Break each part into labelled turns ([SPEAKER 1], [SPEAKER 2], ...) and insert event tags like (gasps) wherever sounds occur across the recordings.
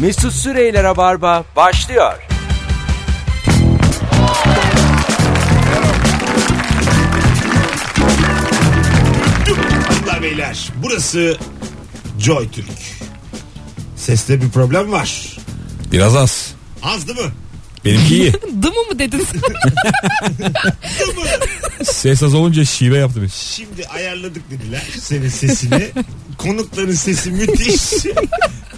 [SPEAKER 1] Mesut Süreyler'e barba başlıyor.
[SPEAKER 2] Hanımlar beyler burası Joy Türk. Seste bir problem var.
[SPEAKER 3] Biraz az.
[SPEAKER 2] Az değil mi?
[SPEAKER 3] Benimki (laughs) iyi.
[SPEAKER 4] Dımı mı dedin?
[SPEAKER 2] Değil mi?
[SPEAKER 3] Ses az olunca şive yaptım.
[SPEAKER 2] Şimdi ayarladık dediler senin sesini. Konukların sesi müthiş.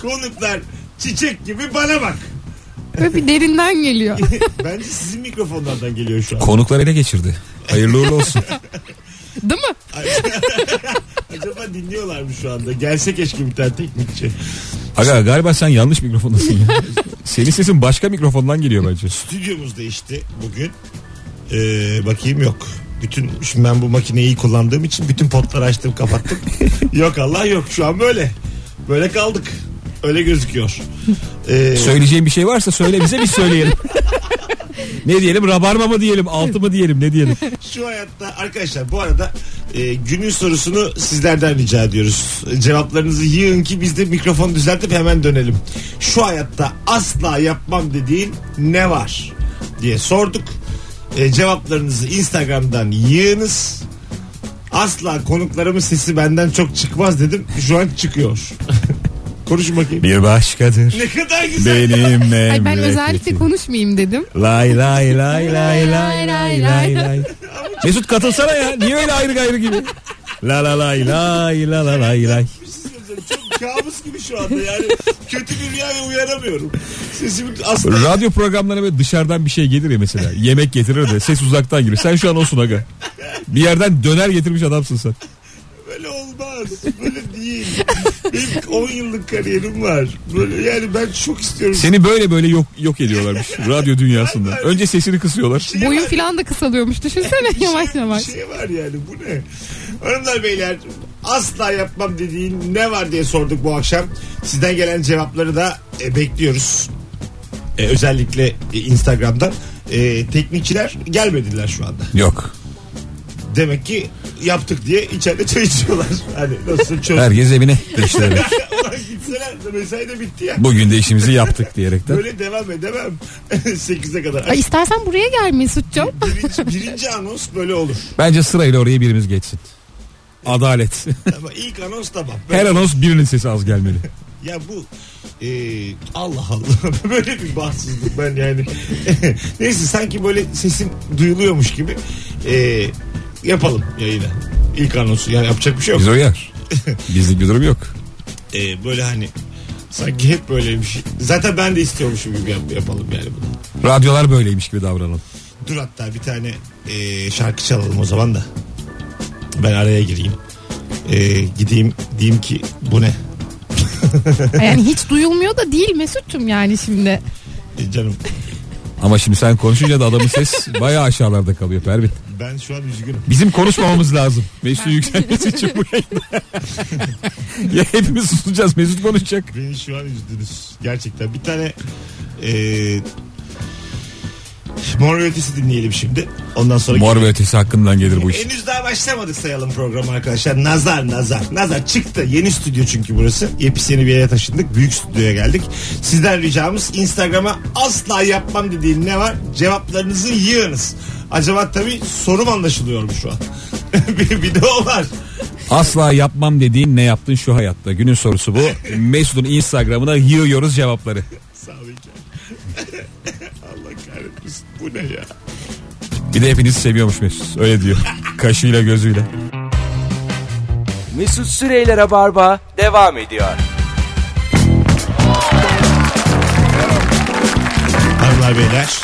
[SPEAKER 2] Konuklar çiçek gibi bana bak.
[SPEAKER 4] (laughs)
[SPEAKER 2] (laughs)
[SPEAKER 4] Böyle bir derinden geliyor.
[SPEAKER 2] Bence sizin mikrofonlardan geliyor şu an.
[SPEAKER 3] Konuklar ele geçirdi. Hayırlı uğurlu olsun.
[SPEAKER 4] Değil mi?
[SPEAKER 2] Acaba dinliyorlar mı şu anda? Gelse keşke bir tane teknikçi.
[SPEAKER 3] Aga galiba sen yanlış mikrofondasın ya. Senin sesin başka mikrofondan geliyor bence.
[SPEAKER 2] Stüdyomuz değişti bugün. Ee, bakayım yok. Bütün şimdi ben bu makineyi iyi kullandığım için bütün potları açtım kapattım. yok Allah yok şu an böyle. Böyle kaldık. Öyle gözüküyor. Ee,
[SPEAKER 3] Söyleyeceğim bir şey varsa söyle bize biz (laughs) söyleyelim. ne diyelim rabarma mı diyelim altı mı diyelim ne diyelim.
[SPEAKER 2] şu hayatta arkadaşlar bu arada e, günün sorusunu sizlerden rica ediyoruz. E, Cevaplarınızı yığın ki biz de mikrofonu düzeltip hemen dönelim. Şu hayatta asla yapmam dediğin ne var diye sorduk. E, cevaplarınızı Instagram'dan yığınız. Asla konuklarımın sesi benden çok çıkmaz dedim. Şu an çıkıyor. (laughs) Konuşun bakayım.
[SPEAKER 3] Bir (laughs) başkadır
[SPEAKER 2] Ne kadar güzel.
[SPEAKER 3] benim
[SPEAKER 4] Ay ben
[SPEAKER 3] memleketim.
[SPEAKER 4] özellikle konuşmayayım dedim.
[SPEAKER 3] Lay lay lay lay lay lay lay lay. Mesut katılsana ya. Niye öyle ayrı gayrı gibi? La la lay lay la la lay lay.
[SPEAKER 2] Çok kabus gibi şu anda yani. Kötü bir rüya ve uyanamıyorum. Sesimi asla
[SPEAKER 3] Radyo programlarına böyle dışarıdan bir şey gelir
[SPEAKER 2] (laughs)
[SPEAKER 3] ya mesela. Yemek getirir de ses uzaktan gelir. Sen şu an olsun aga. Bir yerden döner getirmiş adamsın sen.
[SPEAKER 2] Böyle olmaz. Böyle değil. Benim 10 yıllık kariyerim var. Böyle yani ben çok istiyorum.
[SPEAKER 3] Seni böyle böyle yok yok ediyorlarmış radyo dünyasında. Önce sesini kısıyorlar.
[SPEAKER 2] Şey
[SPEAKER 4] Boyun
[SPEAKER 2] var-
[SPEAKER 4] falan da kısalıyormuş. Düşünsene
[SPEAKER 2] (laughs) bir şey-
[SPEAKER 4] yavaş yavaş.
[SPEAKER 2] Bir şey var yani bu ne? Hanımlar beyler asla yapmam dediğin ne var diye sorduk bu akşam. Sizden gelen cevapları da e, bekliyoruz. E, özellikle e, Instagram'dan. E, teknikçiler gelmediler şu anda.
[SPEAKER 3] Yok.
[SPEAKER 2] Demek ki yaptık diye içeride çay içiyorlar. Hani nasıl çözdük.
[SPEAKER 3] Herkes evine işlerine.
[SPEAKER 2] Ulan gitseler de mesai de bitti ya.
[SPEAKER 3] Bugün de işimizi yaptık
[SPEAKER 2] (laughs)
[SPEAKER 3] diyerekten.
[SPEAKER 2] Böyle devam edemem. (laughs) 8'e kadar.
[SPEAKER 4] Ay istersen buraya
[SPEAKER 3] (laughs)
[SPEAKER 4] gel Mesut'cum.
[SPEAKER 2] Birinci, birinci anons böyle olur.
[SPEAKER 3] Bence sırayla oraya birimiz geçsin.
[SPEAKER 2] (laughs)
[SPEAKER 3] Adalet.
[SPEAKER 2] Ama ilk anons tamam. Böyle-
[SPEAKER 3] Her anons birinin sesi az gelmeli.
[SPEAKER 2] Ya bu e, Allah Allah (laughs) böyle bir bahtsızlık ben yani. (laughs) Neyse sanki böyle sesim duyuluyormuş gibi e, yapalım yayını. İlk anonsu yani yapacak bir şey yok.
[SPEAKER 3] Biz uyar. Bizlik bir durum yok.
[SPEAKER 2] E, böyle hani sanki hep böyle bir şey. Zaten ben de istiyormuşum gibi yap- yapalım yani bunu.
[SPEAKER 3] Radyolar böyleymiş gibi davranalım.
[SPEAKER 2] Dur hatta bir tane e, şarkı çalalım o zaman da. Ben araya gireyim. E, gideyim diyeyim ki bu ne?
[SPEAKER 4] Yani hiç duyulmuyor da değil Mesut'cum yani şimdi.
[SPEAKER 2] E, canım
[SPEAKER 3] Ama şimdi sen konuşunca da adamın ses bayağı aşağılarda kalıyor Pervin.
[SPEAKER 2] ben şu an üzgünüm.
[SPEAKER 3] Bizim
[SPEAKER 2] (laughs)
[SPEAKER 3] konuşmamamız lazım. Mesut'un yükselmesi için bu yayında. (laughs) ya hepimiz susacağız Mesut konuşacak.
[SPEAKER 2] Beni şu an üzdünüz. Gerçekten. Bir tane e, Mor ve Ötesi dinleyelim şimdi. Ondan sonra
[SPEAKER 3] Mor ve ötesi hakkından gelir
[SPEAKER 2] (laughs)
[SPEAKER 3] bu iş.
[SPEAKER 2] Henüz daha başlamadık sayalım programı arkadaşlar. Nazar nazar. Nazar çıktı. Yeni stüdyo çünkü burası. Yepis yeni bir yere taşındık. Büyük stüdyoya geldik. Sizden ricamız Instagram'a asla yapmam dediğin ne var? Cevaplarınızı yığınız. Acaba tabii sorum anlaşılıyor mu şu an? (laughs) bir, bir de o var.
[SPEAKER 3] Asla yapmam dediğin ne yaptın şu hayatta? Günün sorusu bu. Mesut'un Instagram'ına yığıyoruz cevapları.
[SPEAKER 2] Sağ ol İlker. (laughs) Allah kahretmesin. Bu ne ya?
[SPEAKER 3] Bir de hepinizi seviyormuş Mesut. Öyle diyor. Kaşıyla gözüyle.
[SPEAKER 1] Mesut Süreyler'e barba devam ediyor.
[SPEAKER 2] Hanımlar beyler.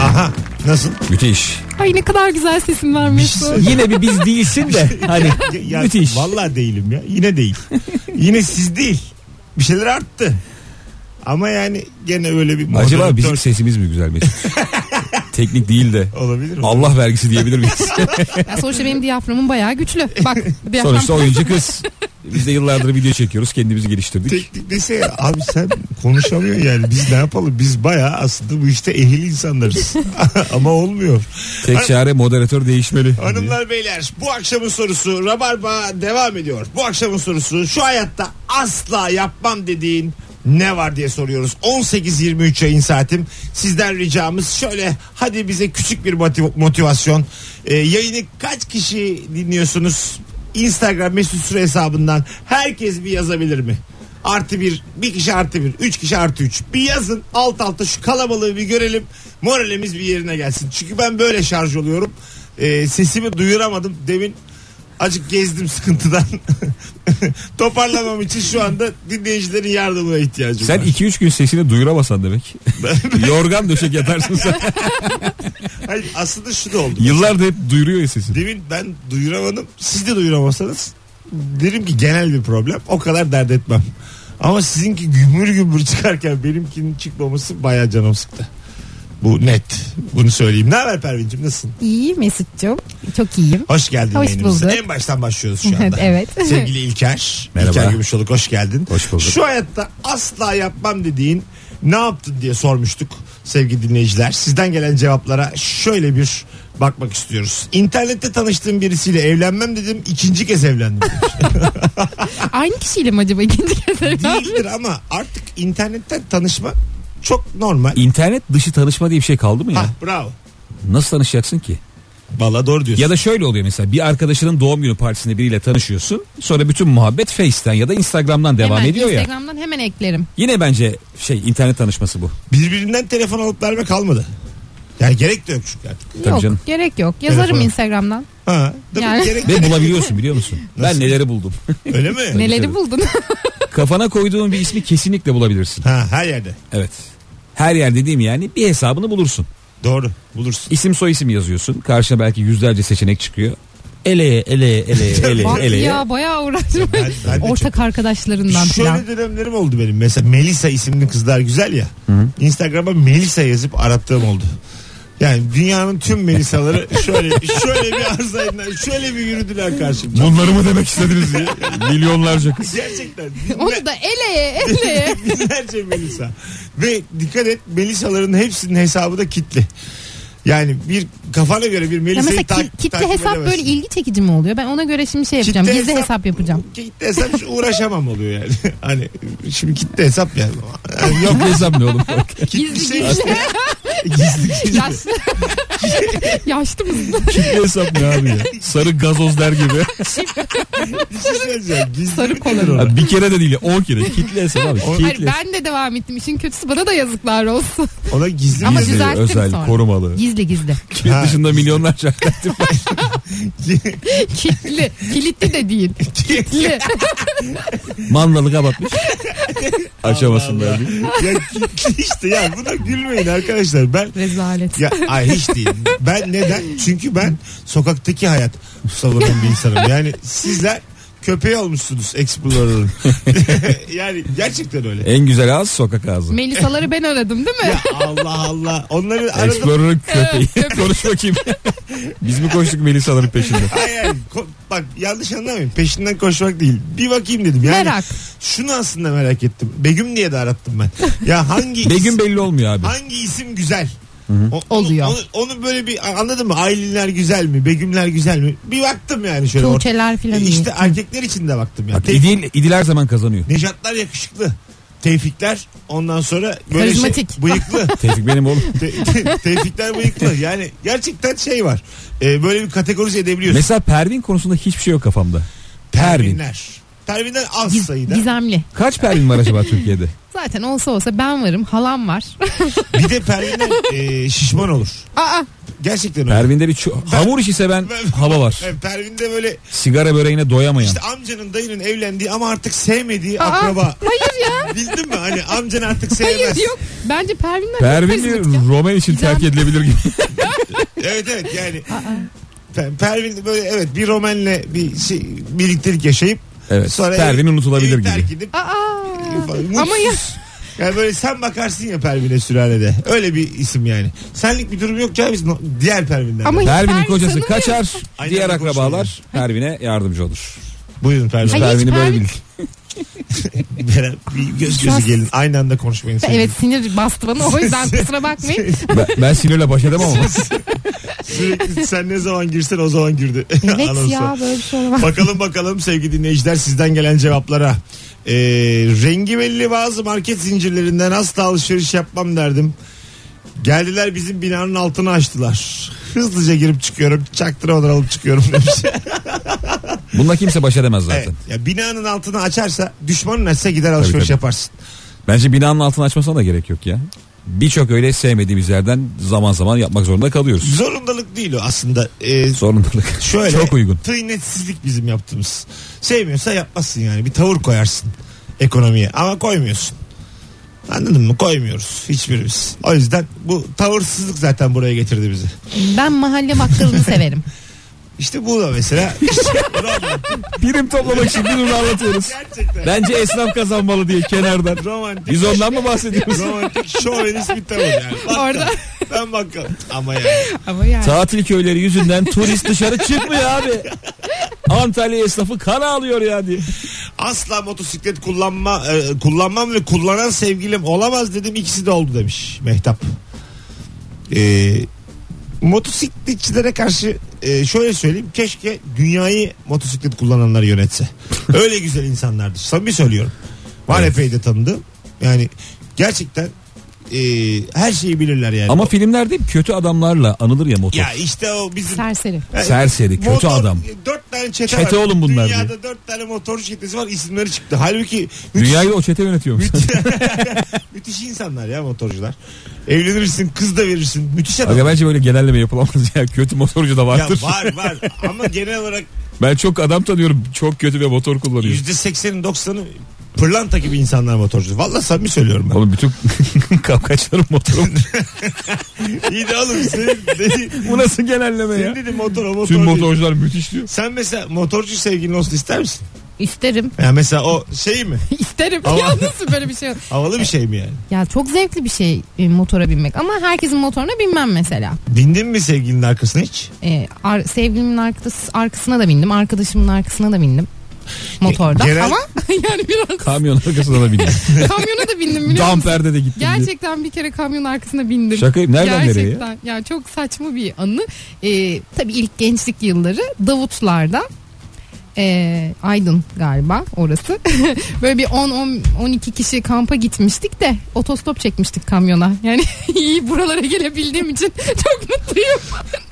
[SPEAKER 2] Aha nasıl?
[SPEAKER 3] Müthiş.
[SPEAKER 4] Ay ne kadar güzel sesin var Mesut.
[SPEAKER 3] Yine bir şey. biz değilsin de hani
[SPEAKER 2] (laughs) Ya,
[SPEAKER 3] müthiş.
[SPEAKER 2] Vallahi değilim ya. Yine değil. Yine siz değil. Bir şeyler arttı. Ama yani gene öyle bir
[SPEAKER 3] Acaba
[SPEAKER 2] moderatör
[SPEAKER 3] bizim sesimiz mi güzel Mesut?
[SPEAKER 2] (laughs)
[SPEAKER 3] Teknik değil de.
[SPEAKER 2] olabilir mi?
[SPEAKER 3] Allah vergisi
[SPEAKER 2] (laughs)
[SPEAKER 3] diyebilir miyiz?
[SPEAKER 4] Ya sonuçta benim diyaframım bayağı güçlü.
[SPEAKER 3] (laughs)
[SPEAKER 4] Bak diyafram
[SPEAKER 3] Sonuçta oyuncu kız. Biz de yıllardır video çekiyoruz. Kendimizi geliştirdik.
[SPEAKER 2] Teknik dese ya, abi sen konuşamıyorsun yani biz ne yapalım biz bayağı aslında bu işte ehil insanlarız ama olmuyor.
[SPEAKER 3] Tek çare moderatör değişmeli.
[SPEAKER 2] Hanımlar beyler bu akşamın sorusu Rabarba devam ediyor. Bu akşamın sorusu şu hayatta asla yapmam dediğin ne var diye soruyoruz. 18-23 yayın saatim. Sizden ricamız şöyle hadi bize küçük bir motiv- motivasyon. Ee, yayını kaç kişi dinliyorsunuz? Instagram mesut süre hesabından herkes bir yazabilir mi? Artı bir, bir kişi artı bir, üç kişi artı üç. Bir yazın alt alta şu kalabalığı bir görelim. Moralimiz bir yerine gelsin. Çünkü ben böyle şarj oluyorum. Ee, sesimi duyuramadım. Demin Acık gezdim sıkıntıdan. (laughs) Toparlamam için şu anda dinleyicilerin yardımına ihtiyacım
[SPEAKER 3] Sen
[SPEAKER 2] var.
[SPEAKER 3] 2-3 gün sesini duyuramasan demek. (laughs) Yorgan döşek
[SPEAKER 2] (laughs)
[SPEAKER 3] yatarsın sen.
[SPEAKER 2] Hayır, aslında şu da oldu.
[SPEAKER 3] Yıllardır hep duyuruyor ya sesini.
[SPEAKER 2] Demin ben duyuramadım. Siz de duyuramasanız derim ki genel bir problem. O kadar dert etmem. Ama sizinki gümür gümür çıkarken benimkinin çıkmaması bayağı canım sıktı. Bu net. Bunu söyleyeyim. Ne haber Pervin'cim? Nasılsın?
[SPEAKER 4] İyi Mesut'cum. Çok iyiyim.
[SPEAKER 2] Hoş geldin
[SPEAKER 4] Hoş
[SPEAKER 2] yayınımıza.
[SPEAKER 4] bulduk.
[SPEAKER 2] En baştan başlıyoruz şu anda.
[SPEAKER 4] (laughs) Evet, evet.
[SPEAKER 2] Sevgili İlker.
[SPEAKER 3] Merhaba.
[SPEAKER 2] İlker Gümüşoluk hoş geldin.
[SPEAKER 3] Hoş bulduk.
[SPEAKER 2] Şu hayatta asla yapmam dediğin ne yaptın diye sormuştuk sevgili dinleyiciler. Sizden gelen cevaplara şöyle bir bakmak istiyoruz. İnternette tanıştığım birisiyle evlenmem dedim. ikinci kez
[SPEAKER 4] (laughs)
[SPEAKER 2] evlendim.
[SPEAKER 4] Aynı kişiyle mi
[SPEAKER 3] (laughs)
[SPEAKER 4] acaba ikinci kez evlenmiş?
[SPEAKER 2] Değildir ama artık internetten tanışma çok normal.
[SPEAKER 3] İnternet dışı tanışma diye bir şey kaldı mı ya?
[SPEAKER 2] Ha, bravo.
[SPEAKER 3] Nasıl tanışacaksın ki?
[SPEAKER 2] Valla doğru diyorsun.
[SPEAKER 3] Ya da şöyle oluyor mesela bir arkadaşının doğum günü partisinde biriyle tanışıyorsun. Sonra bütün muhabbet Face'ten ya da Instagram'dan devam
[SPEAKER 4] Hemen
[SPEAKER 3] ediyor ya.
[SPEAKER 4] Instagram'dan hemen eklerim.
[SPEAKER 3] Yine bence şey internet tanışması bu.
[SPEAKER 2] Birbirinden telefon alıp verme kalmadı. Yani gerek de yok çünkü artık.
[SPEAKER 3] Tabii
[SPEAKER 4] yok
[SPEAKER 3] canım.
[SPEAKER 4] gerek yok. Yazarım
[SPEAKER 2] Telefona.
[SPEAKER 4] Instagram'dan.
[SPEAKER 2] Ha, değil mi?
[SPEAKER 4] Yani.
[SPEAKER 2] Gerek (laughs)
[SPEAKER 3] Ve bulabiliyorsun biliyor musun? Ben
[SPEAKER 2] Nasıl?
[SPEAKER 3] neleri buldum.
[SPEAKER 2] Öyle mi?
[SPEAKER 4] Neleri
[SPEAKER 3] tabii.
[SPEAKER 4] buldun?
[SPEAKER 3] Kafana koyduğun bir ismi kesinlikle bulabilirsin.
[SPEAKER 2] Ha, her yerde.
[SPEAKER 3] Evet. Her yer dediğim yani bir hesabını bulursun.
[SPEAKER 2] Doğru. Bulursun.
[SPEAKER 3] İsim soy isim yazıyorsun. Karşına belki yüzlerce seçenek çıkıyor. Eleye eleye
[SPEAKER 4] (laughs)
[SPEAKER 3] eleye eleye
[SPEAKER 4] Bak
[SPEAKER 3] eleye.
[SPEAKER 4] ya bayağı uğraştım.
[SPEAKER 2] Ben- ben de
[SPEAKER 4] Ortak arkadaşlarından falan.
[SPEAKER 2] Şöyle dönemlerim oldu benim. Mesela Melisa isimli kızlar güzel ya. Instagram'a Melisa yazıp arattığım oldu. Yani dünyanın tüm Melisa'ları şöyle şöyle bir arzayla şöyle bir yürüdüler karşımda.
[SPEAKER 3] Bunları mı demek istediniz diye. Milyonlarca kız.
[SPEAKER 4] (laughs)
[SPEAKER 2] Gerçekten.
[SPEAKER 4] Onu da eleye
[SPEAKER 2] (laughs)
[SPEAKER 4] eleye.
[SPEAKER 2] Binlerce şey Melisa. Ve dikkat et Melisa'ların hepsinin hesabı da kitli. Yani bir kafana göre bir
[SPEAKER 4] ya mesela
[SPEAKER 2] Melisa'yı
[SPEAKER 4] ki-
[SPEAKER 2] tak,
[SPEAKER 4] kitle
[SPEAKER 2] takip
[SPEAKER 4] hesap
[SPEAKER 2] edemezsin.
[SPEAKER 4] böyle ilgi çekici mi oluyor? Ben ona göre şimdi şey yapacağım.
[SPEAKER 2] Kitle
[SPEAKER 4] Gizli
[SPEAKER 2] (laughs)
[SPEAKER 4] hesap yapacağım.
[SPEAKER 2] Kitle hesap şu uğraşamam oluyor yani. (laughs) hani şimdi kitle hesap yani. Yani yok
[SPEAKER 3] Yok hesap ne oğlum?
[SPEAKER 2] kitle
[SPEAKER 4] (laughs) Gizli
[SPEAKER 2] şey
[SPEAKER 4] gizli.
[SPEAKER 2] gizli gizli.
[SPEAKER 4] Yaşlı. (laughs) Yaşlı mısın?
[SPEAKER 3] Kitle hesap ne abi ya? Sarı gazozlar gibi.
[SPEAKER 2] Bir şey söyleyeceğim. Gizli
[SPEAKER 4] Sarı
[SPEAKER 2] nedir
[SPEAKER 4] kolları.
[SPEAKER 2] o?
[SPEAKER 3] Abi bir kere de değil ya, 10 kere. Kitle hesap abi.
[SPEAKER 4] Hayır,
[SPEAKER 3] Kitle.
[SPEAKER 4] ben de devam ettim. İşin kötüsü bana da
[SPEAKER 2] (laughs)
[SPEAKER 4] yazıklar olsun.
[SPEAKER 2] Ona gizli (laughs)
[SPEAKER 4] Ama
[SPEAKER 2] gizli.
[SPEAKER 4] düzelttim
[SPEAKER 3] özel,
[SPEAKER 4] sonra.
[SPEAKER 3] korumalı.
[SPEAKER 4] Gizli gizli.
[SPEAKER 3] Kilit
[SPEAKER 2] Ha.
[SPEAKER 3] dışında milyonlarca aktif var.
[SPEAKER 4] Kilitli. Kilitli de değil.
[SPEAKER 2] (laughs)
[SPEAKER 4] Kilitli.
[SPEAKER 3] Mandalı (laughs) kapatmış. Açamasınlar diye.
[SPEAKER 2] ya kitli işte ya buna gülmeyin arkadaşlar. Ben
[SPEAKER 4] Rezalet.
[SPEAKER 2] ya ay hiç değil. Ben neden? Çünkü ben sokaktaki hayat savunan bir insanım. Yani sizler köpeği olmuşsunuz Explorer'ın. (laughs) yani gerçekten öyle.
[SPEAKER 3] En güzel ağız sokak ağzı.
[SPEAKER 4] Melisaları ben aradım değil mi?
[SPEAKER 2] Ya Allah Allah. Onları aradım.
[SPEAKER 3] Explorer'ın köpeği.
[SPEAKER 4] Evet,
[SPEAKER 3] (laughs) Konuş bakayım. Biz mi koştuk Melisa'ların peşinde?
[SPEAKER 2] Hayır, hayır. Ko- bak yanlış anlamayın. Peşinden koşmak değil. Bir bakayım dedim. Yani
[SPEAKER 4] Merak.
[SPEAKER 2] Şunu aslında merak ettim. Begüm diye de arattım ben. Ya hangi
[SPEAKER 3] (laughs) Begüm
[SPEAKER 2] isim,
[SPEAKER 3] belli olmuyor abi.
[SPEAKER 2] hangi isim güzel? O- onu-
[SPEAKER 4] Oluyor.
[SPEAKER 2] Onu, onu böyle bir anladın mı? Aylinler güzel mi? Begümler güzel mi? Bir baktım yani şöyle. Or-
[SPEAKER 4] Tuğçeler filan iyi.
[SPEAKER 2] E işte erkekler için de baktım yani.
[SPEAKER 3] Bak,
[SPEAKER 2] Tevfik,
[SPEAKER 3] İdil, İdil her zaman kazanıyor.
[SPEAKER 2] Nejatlar yakışıklı. Tevfikler ondan sonra böyle şey,
[SPEAKER 4] Karizmatik.
[SPEAKER 2] bıyıklı.
[SPEAKER 3] Tevfik
[SPEAKER 2] (laughs)
[SPEAKER 3] benim oğlum.
[SPEAKER 2] Te- te- tevfikler bıyıklı. Yani gerçekten şey var. Ee, böyle bir kategorize edebiliyorsun.
[SPEAKER 3] Mesela Pervin konusunda hiçbir şey yok kafamda. Pervin.
[SPEAKER 2] Pervinler. Pervinler az
[SPEAKER 4] Giz-
[SPEAKER 2] sayıda.
[SPEAKER 4] Gizemli.
[SPEAKER 3] Kaç Pervin var acaba Türkiye'de?
[SPEAKER 2] (laughs)
[SPEAKER 4] Zaten olsa olsa ben varım. Halam var. (laughs)
[SPEAKER 2] Bir de pervinler e, şişman olur.
[SPEAKER 4] Aa
[SPEAKER 2] Gerçekten öyle.
[SPEAKER 3] Pervin'de bir ço- hamur işi seven
[SPEAKER 2] Ben-
[SPEAKER 3] hava var.
[SPEAKER 2] Yani Pervin'de böyle
[SPEAKER 3] Sigara böreğine doyamayan.
[SPEAKER 2] işte amcanın dayının evlendiği ama artık sevmediği
[SPEAKER 4] Aa,
[SPEAKER 2] akraba.
[SPEAKER 4] hayır
[SPEAKER 2] (laughs)
[SPEAKER 4] ya.
[SPEAKER 2] Bildin mi? Hani amcan artık sevmez.
[SPEAKER 4] Hayır yok. Bence Pervin'den
[SPEAKER 3] Pervin'i Roman için
[SPEAKER 4] Güzel.
[SPEAKER 3] terk
[SPEAKER 2] (laughs)
[SPEAKER 3] edilebilir gibi.
[SPEAKER 2] Evet evet yani. Per- Pervin böyle evet bir romanla bir şey, birliktelik yaşayıp
[SPEAKER 3] Evet.
[SPEAKER 2] sonra
[SPEAKER 3] Pervin
[SPEAKER 2] evi-
[SPEAKER 3] unutulabilir
[SPEAKER 2] evi
[SPEAKER 3] gibi.
[SPEAKER 2] terk edip
[SPEAKER 4] Aa.
[SPEAKER 2] falan.
[SPEAKER 4] Ama ya
[SPEAKER 2] Mutsuz. Yani böyle sen bakarsın ya Pervin'e sülalede. Öyle bir isim yani. Senlik bir durum yok ki abi biz no- diğer Pervin'den.
[SPEAKER 4] Ama-
[SPEAKER 3] Pervin'in
[SPEAKER 4] Pervin
[SPEAKER 3] kocası
[SPEAKER 4] tanımıyor.
[SPEAKER 3] kaçar.
[SPEAKER 2] Aynen
[SPEAKER 3] Diğer
[SPEAKER 2] öyle
[SPEAKER 3] akrabalar Pervin'e yardımcı
[SPEAKER 2] (laughs)
[SPEAKER 3] olur.
[SPEAKER 2] Buyurun Pervin.
[SPEAKER 3] Biz
[SPEAKER 4] Ay, hiç
[SPEAKER 3] Pervin'i böyle
[SPEAKER 4] (laughs) Pervin-
[SPEAKER 3] bil.
[SPEAKER 2] Beren, bir göz
[SPEAKER 4] Şu an-
[SPEAKER 2] gözü gelin. Aynı anda konuşmayın. sevgili
[SPEAKER 4] evet sinir bastı bana
[SPEAKER 2] Şey-
[SPEAKER 4] o yüzden kusura bakmayın.
[SPEAKER 3] Ben, ben sinirle baş edemem ama.
[SPEAKER 2] Sürekli sen ne zaman girsen o zaman girdi. (laughs)
[SPEAKER 4] Evet
[SPEAKER 2] Anonsa.
[SPEAKER 4] ya böyle bir şey olamaz.
[SPEAKER 2] Bakalım bakalım sevgili dinleyiciler sizden gelen cevaplara. Ee, rengi belli bazı market zincirlerinden asla alışveriş yapmam derdim. Geldiler bizim binanın altını açtılar. Hızlıca girip çıkıyorum. Çaktırmadan alıp çıkıyorum
[SPEAKER 4] (laughs)
[SPEAKER 2] demiş.
[SPEAKER 3] Bunda kimse baş edemez zaten.
[SPEAKER 2] Evet. Ya binanın altını açarsa düşmanın açsa gider alışveriş
[SPEAKER 3] tabii.
[SPEAKER 2] yaparsın.
[SPEAKER 3] Bence binanın altını açmasına da gerek yok ya. Birçok öyle sevmediğimiz yerden zaman zaman yapmak zorunda kalıyoruz.
[SPEAKER 2] Zorundalık değil o aslında. Ee,
[SPEAKER 3] Zorundalık.
[SPEAKER 2] şöyle
[SPEAKER 3] Çok uygun.
[SPEAKER 2] tıynetsizlik bizim yaptığımız. Sevmiyorsa yapmazsın yani. Bir tavır koyarsın ekonomiye ama koymuyorsun. Anladın mı? Koymuyoruz hiçbirimiz. O yüzden bu tavırsızlık zaten buraya getirdi bizi.
[SPEAKER 4] Ben mahalle bakkalını
[SPEAKER 2] (laughs)
[SPEAKER 4] severim.
[SPEAKER 2] İşte bu da mesela. (laughs) romantik.
[SPEAKER 3] Birim toplamak için bir ürünü anlatıyoruz.
[SPEAKER 2] Gerçekten.
[SPEAKER 3] Bence esnaf kazanmalı diye kenardan.
[SPEAKER 2] Romantik.
[SPEAKER 3] Biz ondan mı bahsediyoruz?
[SPEAKER 2] Romantik şovenist bir tavır yani. Bakkal.
[SPEAKER 4] Orada.
[SPEAKER 2] Ben bakkal. Ama yani.
[SPEAKER 4] Ama yani.
[SPEAKER 3] Tatil köyleri yüzünden turist dışarı çıkmıyor abi. Antalya esnafı kan alıyor ya diye.
[SPEAKER 2] Asla motosiklet kullanma e, kullanmam ve kullanan sevgilim olamaz dedim ikisi de oldu demiş Mehtap. Ee, motosikletçilere karşı e, şöyle söyleyeyim keşke dünyayı motosiklet kullananlar
[SPEAKER 3] (laughs)
[SPEAKER 2] yönetse. Öyle güzel insanlardır. Samimi söylüyorum. Var epey de tanıdığım. Yani gerçekten e, her şeyi bilirler yani.
[SPEAKER 3] Ama filmlerde hep kötü adamlarla anılır ya motor.
[SPEAKER 2] ya işte o bizim
[SPEAKER 4] Serseri.
[SPEAKER 3] Serseri, kötü
[SPEAKER 2] Motor-
[SPEAKER 3] adam.
[SPEAKER 2] Dört tane çete,
[SPEAKER 3] Çete
[SPEAKER 2] var.
[SPEAKER 3] oğlum bunlar
[SPEAKER 2] Dünyada dört tane motorcu çetesi var isimleri çıktı. Halbuki müthiş,
[SPEAKER 3] Dünyayı o çete yönetiyormuş.
[SPEAKER 2] müthiş insanlar ya motorcular. Evlenirsin kız da verirsin. Müthiş adam.
[SPEAKER 3] Aga bence böyle genelleme yapılamaz ya. Kötü motorcu da
[SPEAKER 2] ya
[SPEAKER 3] vardır.
[SPEAKER 2] var var ama genel olarak
[SPEAKER 3] Ben çok adam tanıyorum. Çok kötü bir motor kullanıyor.
[SPEAKER 2] yüzde seksenin doksanı pırlanta gibi insanlar motorcu. Valla samimi söylüyorum
[SPEAKER 3] (laughs)
[SPEAKER 2] ben.
[SPEAKER 3] Oğlum bütün kapkaçların motoru.
[SPEAKER 2] İyi de oğlum (laughs) senin dedi,
[SPEAKER 3] Bu nasıl genelleme
[SPEAKER 2] senin
[SPEAKER 3] ya?
[SPEAKER 2] dedi motor o motor.
[SPEAKER 3] Tüm
[SPEAKER 2] değil.
[SPEAKER 3] motorcular müthiş diyor.
[SPEAKER 2] Sen mesela motorcu sevgilin olsun ister misin?
[SPEAKER 4] İsterim. (laughs)
[SPEAKER 2] Ya mesela o şey mi?
[SPEAKER 4] İsterim.
[SPEAKER 2] Ama-
[SPEAKER 4] Ya nasıl böyle bir şey olur?
[SPEAKER 2] Havalı bir şey mi yani?
[SPEAKER 4] Ya çok zevkli bir şey e, motora binmek ama herkesin motoruna binmem mesela.
[SPEAKER 2] Bindin mi sevgilinin arkasına hiç?
[SPEAKER 4] E, ar- sevgilimin arkası, arkasına da bindim. Arkadaşımın arkasına da bindim. Motorda
[SPEAKER 2] Genel-
[SPEAKER 4] ama (laughs) yani biraz
[SPEAKER 3] Kamyon arkasına da bindi.
[SPEAKER 4] kamyona da bindim biliyor musun?
[SPEAKER 3] Damperde de gittim. diyor.
[SPEAKER 4] Gerçekten bir kere kamyonun arkasına bindim.
[SPEAKER 3] Şaka yapayım. Nereden
[SPEAKER 4] Gerçekten.
[SPEAKER 3] nereye?
[SPEAKER 4] ya? çok saçma bir anı. Ee, tabii ilk gençlik yılları Davutlar'da. Ee, Aydın galiba orası. (laughs) Böyle bir 10-12 kişi kampa gitmiştik de otostop çekmiştik kamyona. Yani (laughs) iyi buralara gelebildiğim için (laughs) çok mutluyum.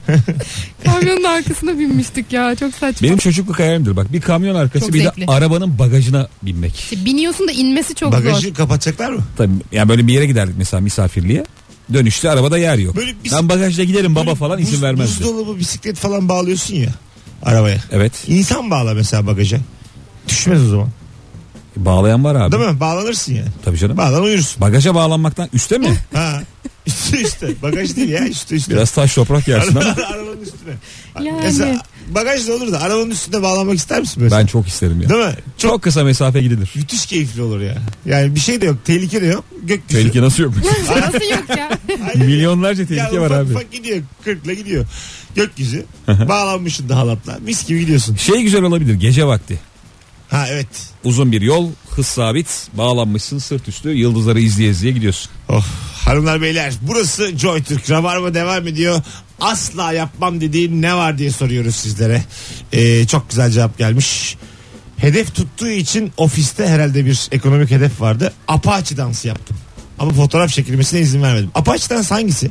[SPEAKER 4] (laughs) Kamyonun arkasına binmiştik ya çok saçma.
[SPEAKER 3] Benim çocukluk hayalimdir bak. Bir kamyon arkası
[SPEAKER 4] Çok
[SPEAKER 3] bir
[SPEAKER 4] zevkli.
[SPEAKER 3] de arabanın bagajına binmek.
[SPEAKER 4] İşte biniyorsun da inmesi çok
[SPEAKER 2] Bagajı
[SPEAKER 4] (laughs) zor.
[SPEAKER 2] kapatacaklar mı?
[SPEAKER 3] Tabii yani böyle bir yere giderdik mesela misafirliğe. Dönüşte arabada yer yok.
[SPEAKER 2] Böyle bir-
[SPEAKER 3] Ben bagajda giderim baba falan
[SPEAKER 2] Buz-
[SPEAKER 3] izin vermezdi.
[SPEAKER 2] Buzdolabı bisiklet falan bağlıyorsun ya arabaya.
[SPEAKER 3] Evet.
[SPEAKER 2] İnsan bağla mesela bagaja. Düşmez o zaman.
[SPEAKER 3] Bağlayan var abi.
[SPEAKER 2] Değil mi? Bağlanırsın yani.
[SPEAKER 3] Tabii canım.
[SPEAKER 2] Bağlan uyursun.
[SPEAKER 3] Bagaja bağlanmaktan üste mi?
[SPEAKER 2] Ha. Üstü üstte. Bagaj değil ya üstü üstte.
[SPEAKER 3] Biraz taş toprak yersin ama
[SPEAKER 2] Araba- arabanın üstüne.
[SPEAKER 4] Yani.
[SPEAKER 2] Mesela bagaj da olur da arabanın üstüne bağlamak ister misin mesela?
[SPEAKER 3] ben çok isterim ya.
[SPEAKER 2] Değil mi? Çok
[SPEAKER 3] Çok kısa mesafe gidilir.
[SPEAKER 2] müthiş keyifli olur ya. Yani bir şey de yok. Tehlike de yok. Gökyüzü.
[SPEAKER 3] Tehlike nasıl yok?
[SPEAKER 4] Nasıl yok ya?
[SPEAKER 2] Aynen.
[SPEAKER 3] (laughs) Milyonlarca
[SPEAKER 2] Ya
[SPEAKER 3] tehlike var
[SPEAKER 2] ufak
[SPEAKER 3] abi.
[SPEAKER 2] ufak gidiyor. Kırkla gidiyor. Gökyüzü. Bağlanmışsın da halatla. Mis gibi gidiyorsun.
[SPEAKER 3] Şey güzel olabilir gece vakti.
[SPEAKER 2] Ha evet.
[SPEAKER 3] Uzun bir yol, hız sabit, bağlanmışsın sırt üstü, yıldızları izleye izleye gidiyorsun.
[SPEAKER 2] Oh, hanımlar beyler burası Joy Türk. Rabarba devam ediyor. Asla yapmam dediğin ne var diye soruyoruz sizlere. Ee, çok güzel cevap gelmiş. Hedef tuttuğu için ofiste herhalde bir ekonomik hedef vardı. Apache dansı yaptım. Ama fotoğraf çekilmesine izin vermedim. Apache dans hangisi?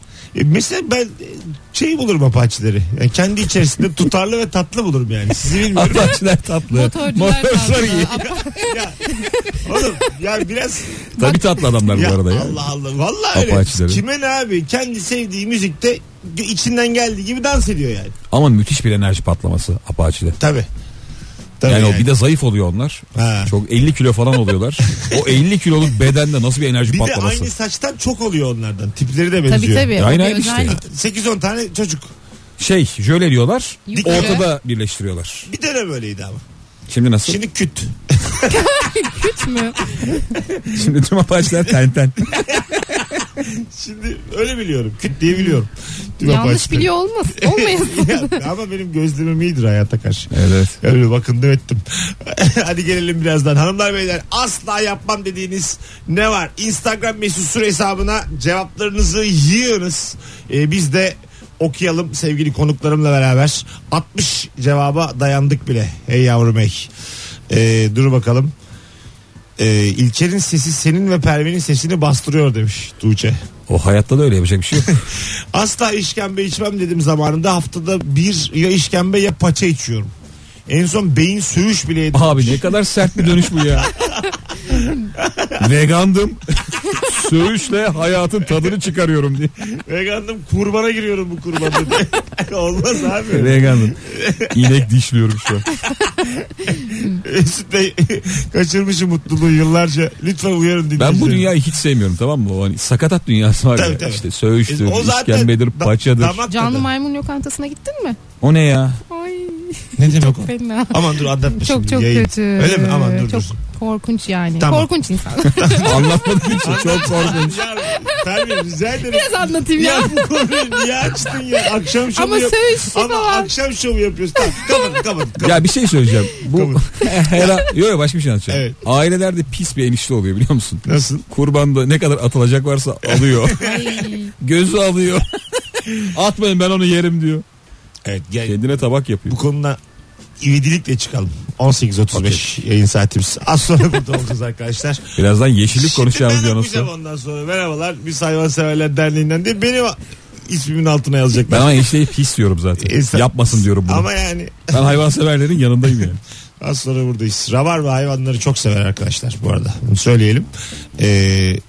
[SPEAKER 2] E, mesela ben e, şey bulurum Apache'leri. Yani kendi içerisinde tutarlı ve tatlı bulurum yani. Sizi bilmiyorum.
[SPEAKER 3] Apaçlar tatlı.
[SPEAKER 4] Motorcular
[SPEAKER 3] Motorcular iyi.
[SPEAKER 4] tatlı.
[SPEAKER 2] ya, oğlum ya biraz
[SPEAKER 3] Tabii tatlı adamlar bu
[SPEAKER 2] Ya
[SPEAKER 3] arada ya.
[SPEAKER 2] Allah Allah. Vallahi öyle.
[SPEAKER 3] Apache'leri.
[SPEAKER 2] Kime ne abi? Kendi sevdiği müzikte içinden geldiği gibi dans ediyor yani.
[SPEAKER 3] Ama müthiş bir enerji patlaması Apache'de.
[SPEAKER 2] Tabii. Tabii
[SPEAKER 3] Yani, o bir de zayıf oluyor onlar.
[SPEAKER 2] Ha.
[SPEAKER 3] Çok 50 kilo falan oluyorlar. o 50 kiloluk bedende nasıl bir enerji
[SPEAKER 2] Bir de
[SPEAKER 3] patlaması.
[SPEAKER 2] aynı saçtan çok oluyor onlardan. Tipleri de
[SPEAKER 4] Tabii
[SPEAKER 2] benziyor.
[SPEAKER 4] tabii.
[SPEAKER 3] Aynen
[SPEAKER 4] O bir
[SPEAKER 3] aynı işte.
[SPEAKER 4] özellik.
[SPEAKER 2] 8-10 tane çocuk.
[SPEAKER 3] Şey jöle diyorlar.
[SPEAKER 4] Yukarı.
[SPEAKER 3] Ortada birleştiriyorlar.
[SPEAKER 2] Bir dönem öyleydi ama.
[SPEAKER 3] Şimdi nasıl? Şimdi,
[SPEAKER 2] Şimdi küt.
[SPEAKER 4] Küt mü?
[SPEAKER 3] tüm apaçlar ten ten.
[SPEAKER 2] Şimdi öyle biliyorum. Küt diye biliyorum. Tüm
[SPEAKER 4] Yanlış
[SPEAKER 2] apaçları.
[SPEAKER 4] biliyor olmaz.
[SPEAKER 2] (laughs)
[SPEAKER 4] Olmayasın.
[SPEAKER 2] Ya, ama benim gözlemim iyidir hayata karşı.
[SPEAKER 3] Evet.
[SPEAKER 2] Öyle bakındım ettim. (laughs) Hadi gelelim birazdan. Hanımlar beyler asla yapmam dediğiniz ne var? Instagram mesut süre hesabına cevaplarınızı yığınız. Ee, biz de okuyalım sevgili konuklarımla beraber. 60 cevaba dayandık bile. Hey yavrum hey. Ee, dur bakalım. Ee, İlker'in sesi senin ve Pervin'in sesini bastırıyor demiş Tuğçe.
[SPEAKER 3] O hayatta da öyle yapacak bir şey yok.
[SPEAKER 2] Asla işkembe içmem dedim zamanında. Haftada bir ya işkembe ya paça içiyorum. En son beyin söğüş bile yedim.
[SPEAKER 3] Abi ne kadar sert bir dönüş bu ya. Vegandım. (laughs) Söğüşle hayatın tadını çıkarıyorum diye.
[SPEAKER 2] Vegandım kurbana giriyorum bu kurban
[SPEAKER 3] (laughs)
[SPEAKER 2] dedi. Olmaz abi.
[SPEAKER 3] Vegandım. İnek dişliyorum şu an.
[SPEAKER 2] Mesut Bey (laughs) kaçırmışım mutluluğu yıllarca. Lütfen uyarın dinleyicileri.
[SPEAKER 3] Ben bu dünyayı hiç sevmiyorum tamam mı? O hani sakatat dünyası var
[SPEAKER 2] Tabii,
[SPEAKER 3] ya.
[SPEAKER 2] tabii.
[SPEAKER 3] İşte söğüştür,
[SPEAKER 2] O zaten
[SPEAKER 3] işkembedir,
[SPEAKER 2] da-
[SPEAKER 3] paçadır.
[SPEAKER 2] damak tadı.
[SPEAKER 4] Canlı maymun lokantasına gittin mi?
[SPEAKER 3] O ne ya?
[SPEAKER 4] Ay
[SPEAKER 2] Ne demek
[SPEAKER 4] (laughs)
[SPEAKER 2] o?
[SPEAKER 4] fena.
[SPEAKER 2] Aman dur anlatma
[SPEAKER 4] Çok
[SPEAKER 2] şimdi
[SPEAKER 4] çok
[SPEAKER 2] yayın.
[SPEAKER 4] kötü.
[SPEAKER 2] Öyle mi? Aman dur
[SPEAKER 4] Çok
[SPEAKER 2] dur.
[SPEAKER 4] korkunç yani.
[SPEAKER 2] Tamam. (laughs)
[SPEAKER 4] Korkunç insan.
[SPEAKER 3] Anlatmadığım için çok korkunç.
[SPEAKER 4] (laughs)
[SPEAKER 2] Ya, Tabii rica ederim.
[SPEAKER 4] Biraz anlatayım ya.
[SPEAKER 2] Ya bu konuyu niye açtın ya? Akşam şovu
[SPEAKER 4] Ama şey
[SPEAKER 2] yap-
[SPEAKER 4] söğüşçü
[SPEAKER 2] Ama
[SPEAKER 4] falan.
[SPEAKER 2] akşam şovu yapıyoruz. Tamam kapat kapat. kapat.
[SPEAKER 3] Ya bir şey söyleyeceğim. Bu
[SPEAKER 2] Kabul.
[SPEAKER 3] (laughs) her yo yo başka bir şey anlatacağım.
[SPEAKER 2] Evet.
[SPEAKER 3] Ailelerde pis bir enişte oluyor biliyor musun?
[SPEAKER 2] Nasıl?
[SPEAKER 3] Kurbanda ne kadar atılacak varsa alıyor.
[SPEAKER 4] (laughs) Ay.
[SPEAKER 3] Gözü alıyor. (laughs) Atmayın ben onu yerim diyor.
[SPEAKER 2] Evet gel.
[SPEAKER 3] Kendine tabak yapıyor.
[SPEAKER 2] Bu konuda ivedilikle çıkalım. 18.35 yayın saatimiz. Az sonra (laughs) burada olacağız arkadaşlar.
[SPEAKER 3] Birazdan yeşillik konuşacağımız
[SPEAKER 2] Şimdi ben
[SPEAKER 3] bir
[SPEAKER 2] okuyacağım
[SPEAKER 3] anonsu.
[SPEAKER 2] ondan sonra. Merhabalar biz hayvanseverler derneğinden diye benim ismimin altına yazacaklar.
[SPEAKER 3] Ben ama enişteyi pis diyorum zaten.
[SPEAKER 2] E, sen-
[SPEAKER 3] Yapmasın diyorum bunu.
[SPEAKER 2] Ama yani
[SPEAKER 3] Ben hayvanseverlerin yanındayım
[SPEAKER 2] (laughs)
[SPEAKER 3] yani.
[SPEAKER 2] az sonra buradayız. Rabar ve hayvanları çok sever arkadaşlar bu arada. Bunu söyleyelim. Ee,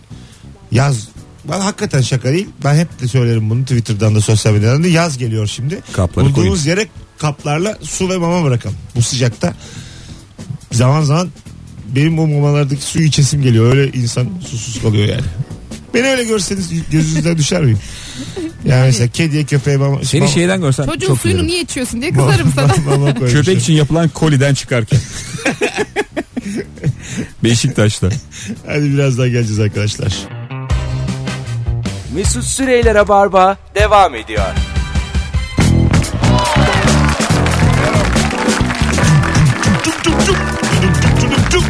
[SPEAKER 2] yaz ben hakikaten şaka değil. Ben hep de söylerim bunu Twitter'dan da sosyal medyadan da. Yaz geliyor şimdi.
[SPEAKER 3] Kapları
[SPEAKER 2] Bulduğumuz
[SPEAKER 3] koyun.
[SPEAKER 2] yere kaplarla su ve mama bırakalım. Bu sıcakta zaman zaman benim o mamalardaki suyu içesim geliyor. Öyle insan susuz kalıyor yani. Beni öyle görseniz
[SPEAKER 3] (laughs)
[SPEAKER 2] gözünüzden düşer miyim? Yani mesela kediye köpeğe mama...
[SPEAKER 3] Seni
[SPEAKER 2] mama-
[SPEAKER 3] şeyden görsem
[SPEAKER 4] Çocuğun
[SPEAKER 3] çok
[SPEAKER 4] suyunu
[SPEAKER 3] gülerim.
[SPEAKER 4] niye içiyorsun diye kızarım sana.
[SPEAKER 2] mama koymuşlar.
[SPEAKER 3] Köpek şey- için yapılan
[SPEAKER 2] (laughs)
[SPEAKER 3] koliden çıkarken.
[SPEAKER 2] (laughs)
[SPEAKER 3] Beşiktaş'ta.
[SPEAKER 2] Hadi biraz daha geleceğiz arkadaşlar.
[SPEAKER 1] Mesut Süreyler'e barba devam ediyor.
[SPEAKER 2] Tuk tuk tuk. Tuk tuk tuk tuk.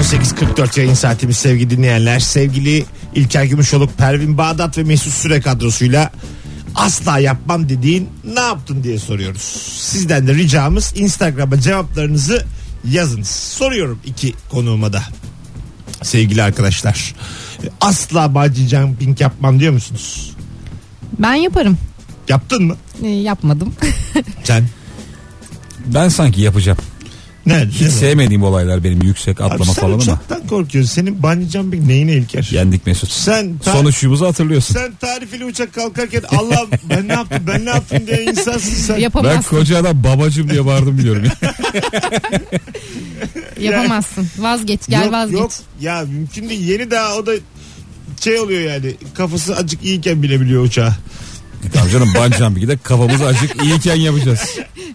[SPEAKER 2] 18.44 yayın saatimiz sevgili dinleyenler. Sevgili İlker Gümüşoluk, Pervin Bağdat ve Mesut Süre kadrosuyla asla yapmam dediğin ne yaptın diye soruyoruz. Sizden de ricamız Instagram'a cevaplarınızı yazınız. Soruyorum iki konuğuma da. Sevgili arkadaşlar. Asla bungee jumping yapmam diyor musunuz?
[SPEAKER 4] Ben yaparım.
[SPEAKER 2] Yaptın mı? (laughs)
[SPEAKER 4] Ee, yapmadım.
[SPEAKER 2] Sen.
[SPEAKER 3] Ben sanki yapacağım.
[SPEAKER 2] Ne?
[SPEAKER 3] Hiç sevmediğim olaylar benim yüksek atlama falan ama.
[SPEAKER 2] uçaktan korkuyorsun. Senin bungee jumping neyine İlker?
[SPEAKER 3] Yendik Mesut.
[SPEAKER 2] Sen tar-
[SPEAKER 3] Sonuçumuzu hatırlıyorsun.
[SPEAKER 2] sen tarifeli uçak kalkarken Allah ben ne yaptım ben ne yaptım diye insansın sen.
[SPEAKER 3] Ben
[SPEAKER 4] Yapamazsın.
[SPEAKER 3] koca adam babacım diye bağırdım biliyorum.
[SPEAKER 2] (laughs)
[SPEAKER 4] Yapamazsın. Vazgeç. Gel
[SPEAKER 2] yok,
[SPEAKER 4] vazgeç.
[SPEAKER 2] Yok ya mümkün değil. Yeni daha o da şey oluyor yani kafası acık iyiyken bile biliyor uçağı.
[SPEAKER 3] E, tamam canım bancam bir de kafamız acık iyiken yapacağız.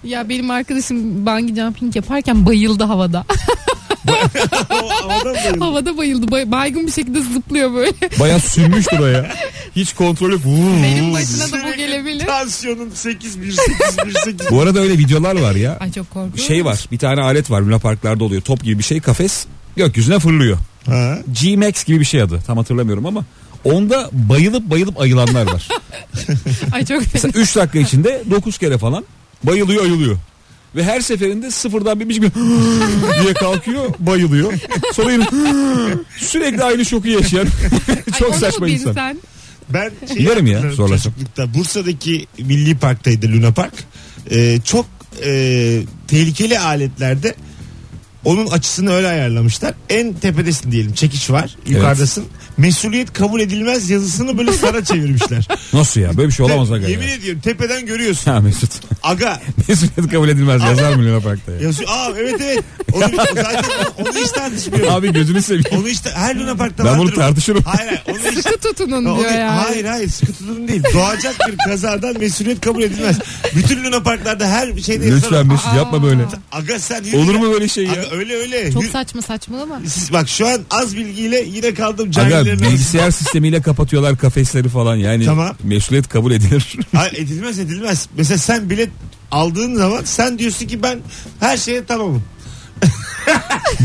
[SPEAKER 4] Ya benim arkadaşım bungee jumping yaparken bayıldı havada. (laughs)
[SPEAKER 2] O havadan bayıldı.
[SPEAKER 4] havada bayıldı. Bay- baygın bir şekilde zıplıyor böyle.
[SPEAKER 2] Hmm.
[SPEAKER 3] Baya sünmüştür o ya. Hiç kontrol yok. Vuuu.
[SPEAKER 4] Benim (laughs) başına da bu
[SPEAKER 2] Sürekli (laughs)
[SPEAKER 4] gelebilir.
[SPEAKER 2] Tansiyonum 8 1 8 1 8.
[SPEAKER 3] Bu arada öyle videolar var ya.
[SPEAKER 4] Ay çok korkuyorum.
[SPEAKER 3] Şey var bir tane alet var Luna Parklarda oluyor. Top gibi bir şey kafes gökyüzüne fırlıyor.
[SPEAKER 2] Ha.
[SPEAKER 3] G-Max gibi bir şey adı tam hatırlamıyorum ama. Onda bayılıp bayılıp ayılanlar var.
[SPEAKER 4] Ay çok fena.
[SPEAKER 3] Mesela 3 dakika içinde 9 kere falan bayılıyor ayılıyor. Ve her seferinde sıfırdan bir gibi (gasps) diye kalkıyor bayılıyor. Sonra yine (gasps) sürekli aynı şoku yaşayan (laughs)
[SPEAKER 4] Ay,
[SPEAKER 3] çok
[SPEAKER 4] onu
[SPEAKER 3] saçma
[SPEAKER 4] mu
[SPEAKER 3] insan.
[SPEAKER 4] bilsen?
[SPEAKER 3] (laughs)
[SPEAKER 2] Ben
[SPEAKER 3] Giderim ya,
[SPEAKER 2] hatırlarım
[SPEAKER 3] zorlasam.
[SPEAKER 2] çocuklukta. Bursa'daki Milli Park'taydı Luna Park. Ee, çok e, tehlikeli aletlerde onun açısını öyle ayarlamışlar. En tepedesin diyelim. Çekiş var. Yukarıdasın. Mesuliyet kabul edilmez yazısını
[SPEAKER 3] (laughs)
[SPEAKER 2] böyle sana çevirmişler.
[SPEAKER 3] Nasıl ya böyle bir şey olamaz aga ya.
[SPEAKER 2] Yemin ediyorum tepeden görüyorsun.
[SPEAKER 3] Ha Mesut. (laughs)
[SPEAKER 2] Aga
[SPEAKER 3] Mesut kabul edilmez yazar mı Luna Park'ta ya?
[SPEAKER 2] yazıyor. Aa evet evet. Onu, zaten onu hiç tartışmıyorum.
[SPEAKER 3] Abi gözünü seveyim.
[SPEAKER 2] Onu işte her Luna Park'ta
[SPEAKER 3] Ben
[SPEAKER 2] vardır
[SPEAKER 3] bunu
[SPEAKER 2] o.
[SPEAKER 3] tartışırım.
[SPEAKER 2] Hayır hayır. Onu hiç
[SPEAKER 4] Sıkı tutunun
[SPEAKER 2] Ha, o
[SPEAKER 4] diyor
[SPEAKER 2] değil. (laughs)
[SPEAKER 4] yani.
[SPEAKER 2] Hayır hayır sıkı tutun değil. Doğacak bir kazadan mesuliyet kabul edilmez. Bütün Luna Parklarda her şeyde
[SPEAKER 3] Lütfen Mesut yapma böyle.
[SPEAKER 2] Aga sen yürü.
[SPEAKER 3] Olur mu böyle şey ya?
[SPEAKER 2] Aga, öyle öyle.
[SPEAKER 4] Çok
[SPEAKER 2] Yürü-
[SPEAKER 4] saçma saçmalama.
[SPEAKER 2] Siz bak şu an az bilgiyle yine kaldım
[SPEAKER 3] Aga
[SPEAKER 2] cahillerin arasında.
[SPEAKER 3] bilgisayar sistemiyle kapatıyorlar kafesleri falan yani
[SPEAKER 2] Tamam.
[SPEAKER 3] mesuliyet kabul edilir.
[SPEAKER 2] Hayır, edilmez edilmez. Mesela sen bilet aldığın zaman sen diyorsun ki ben her şeye tamamım.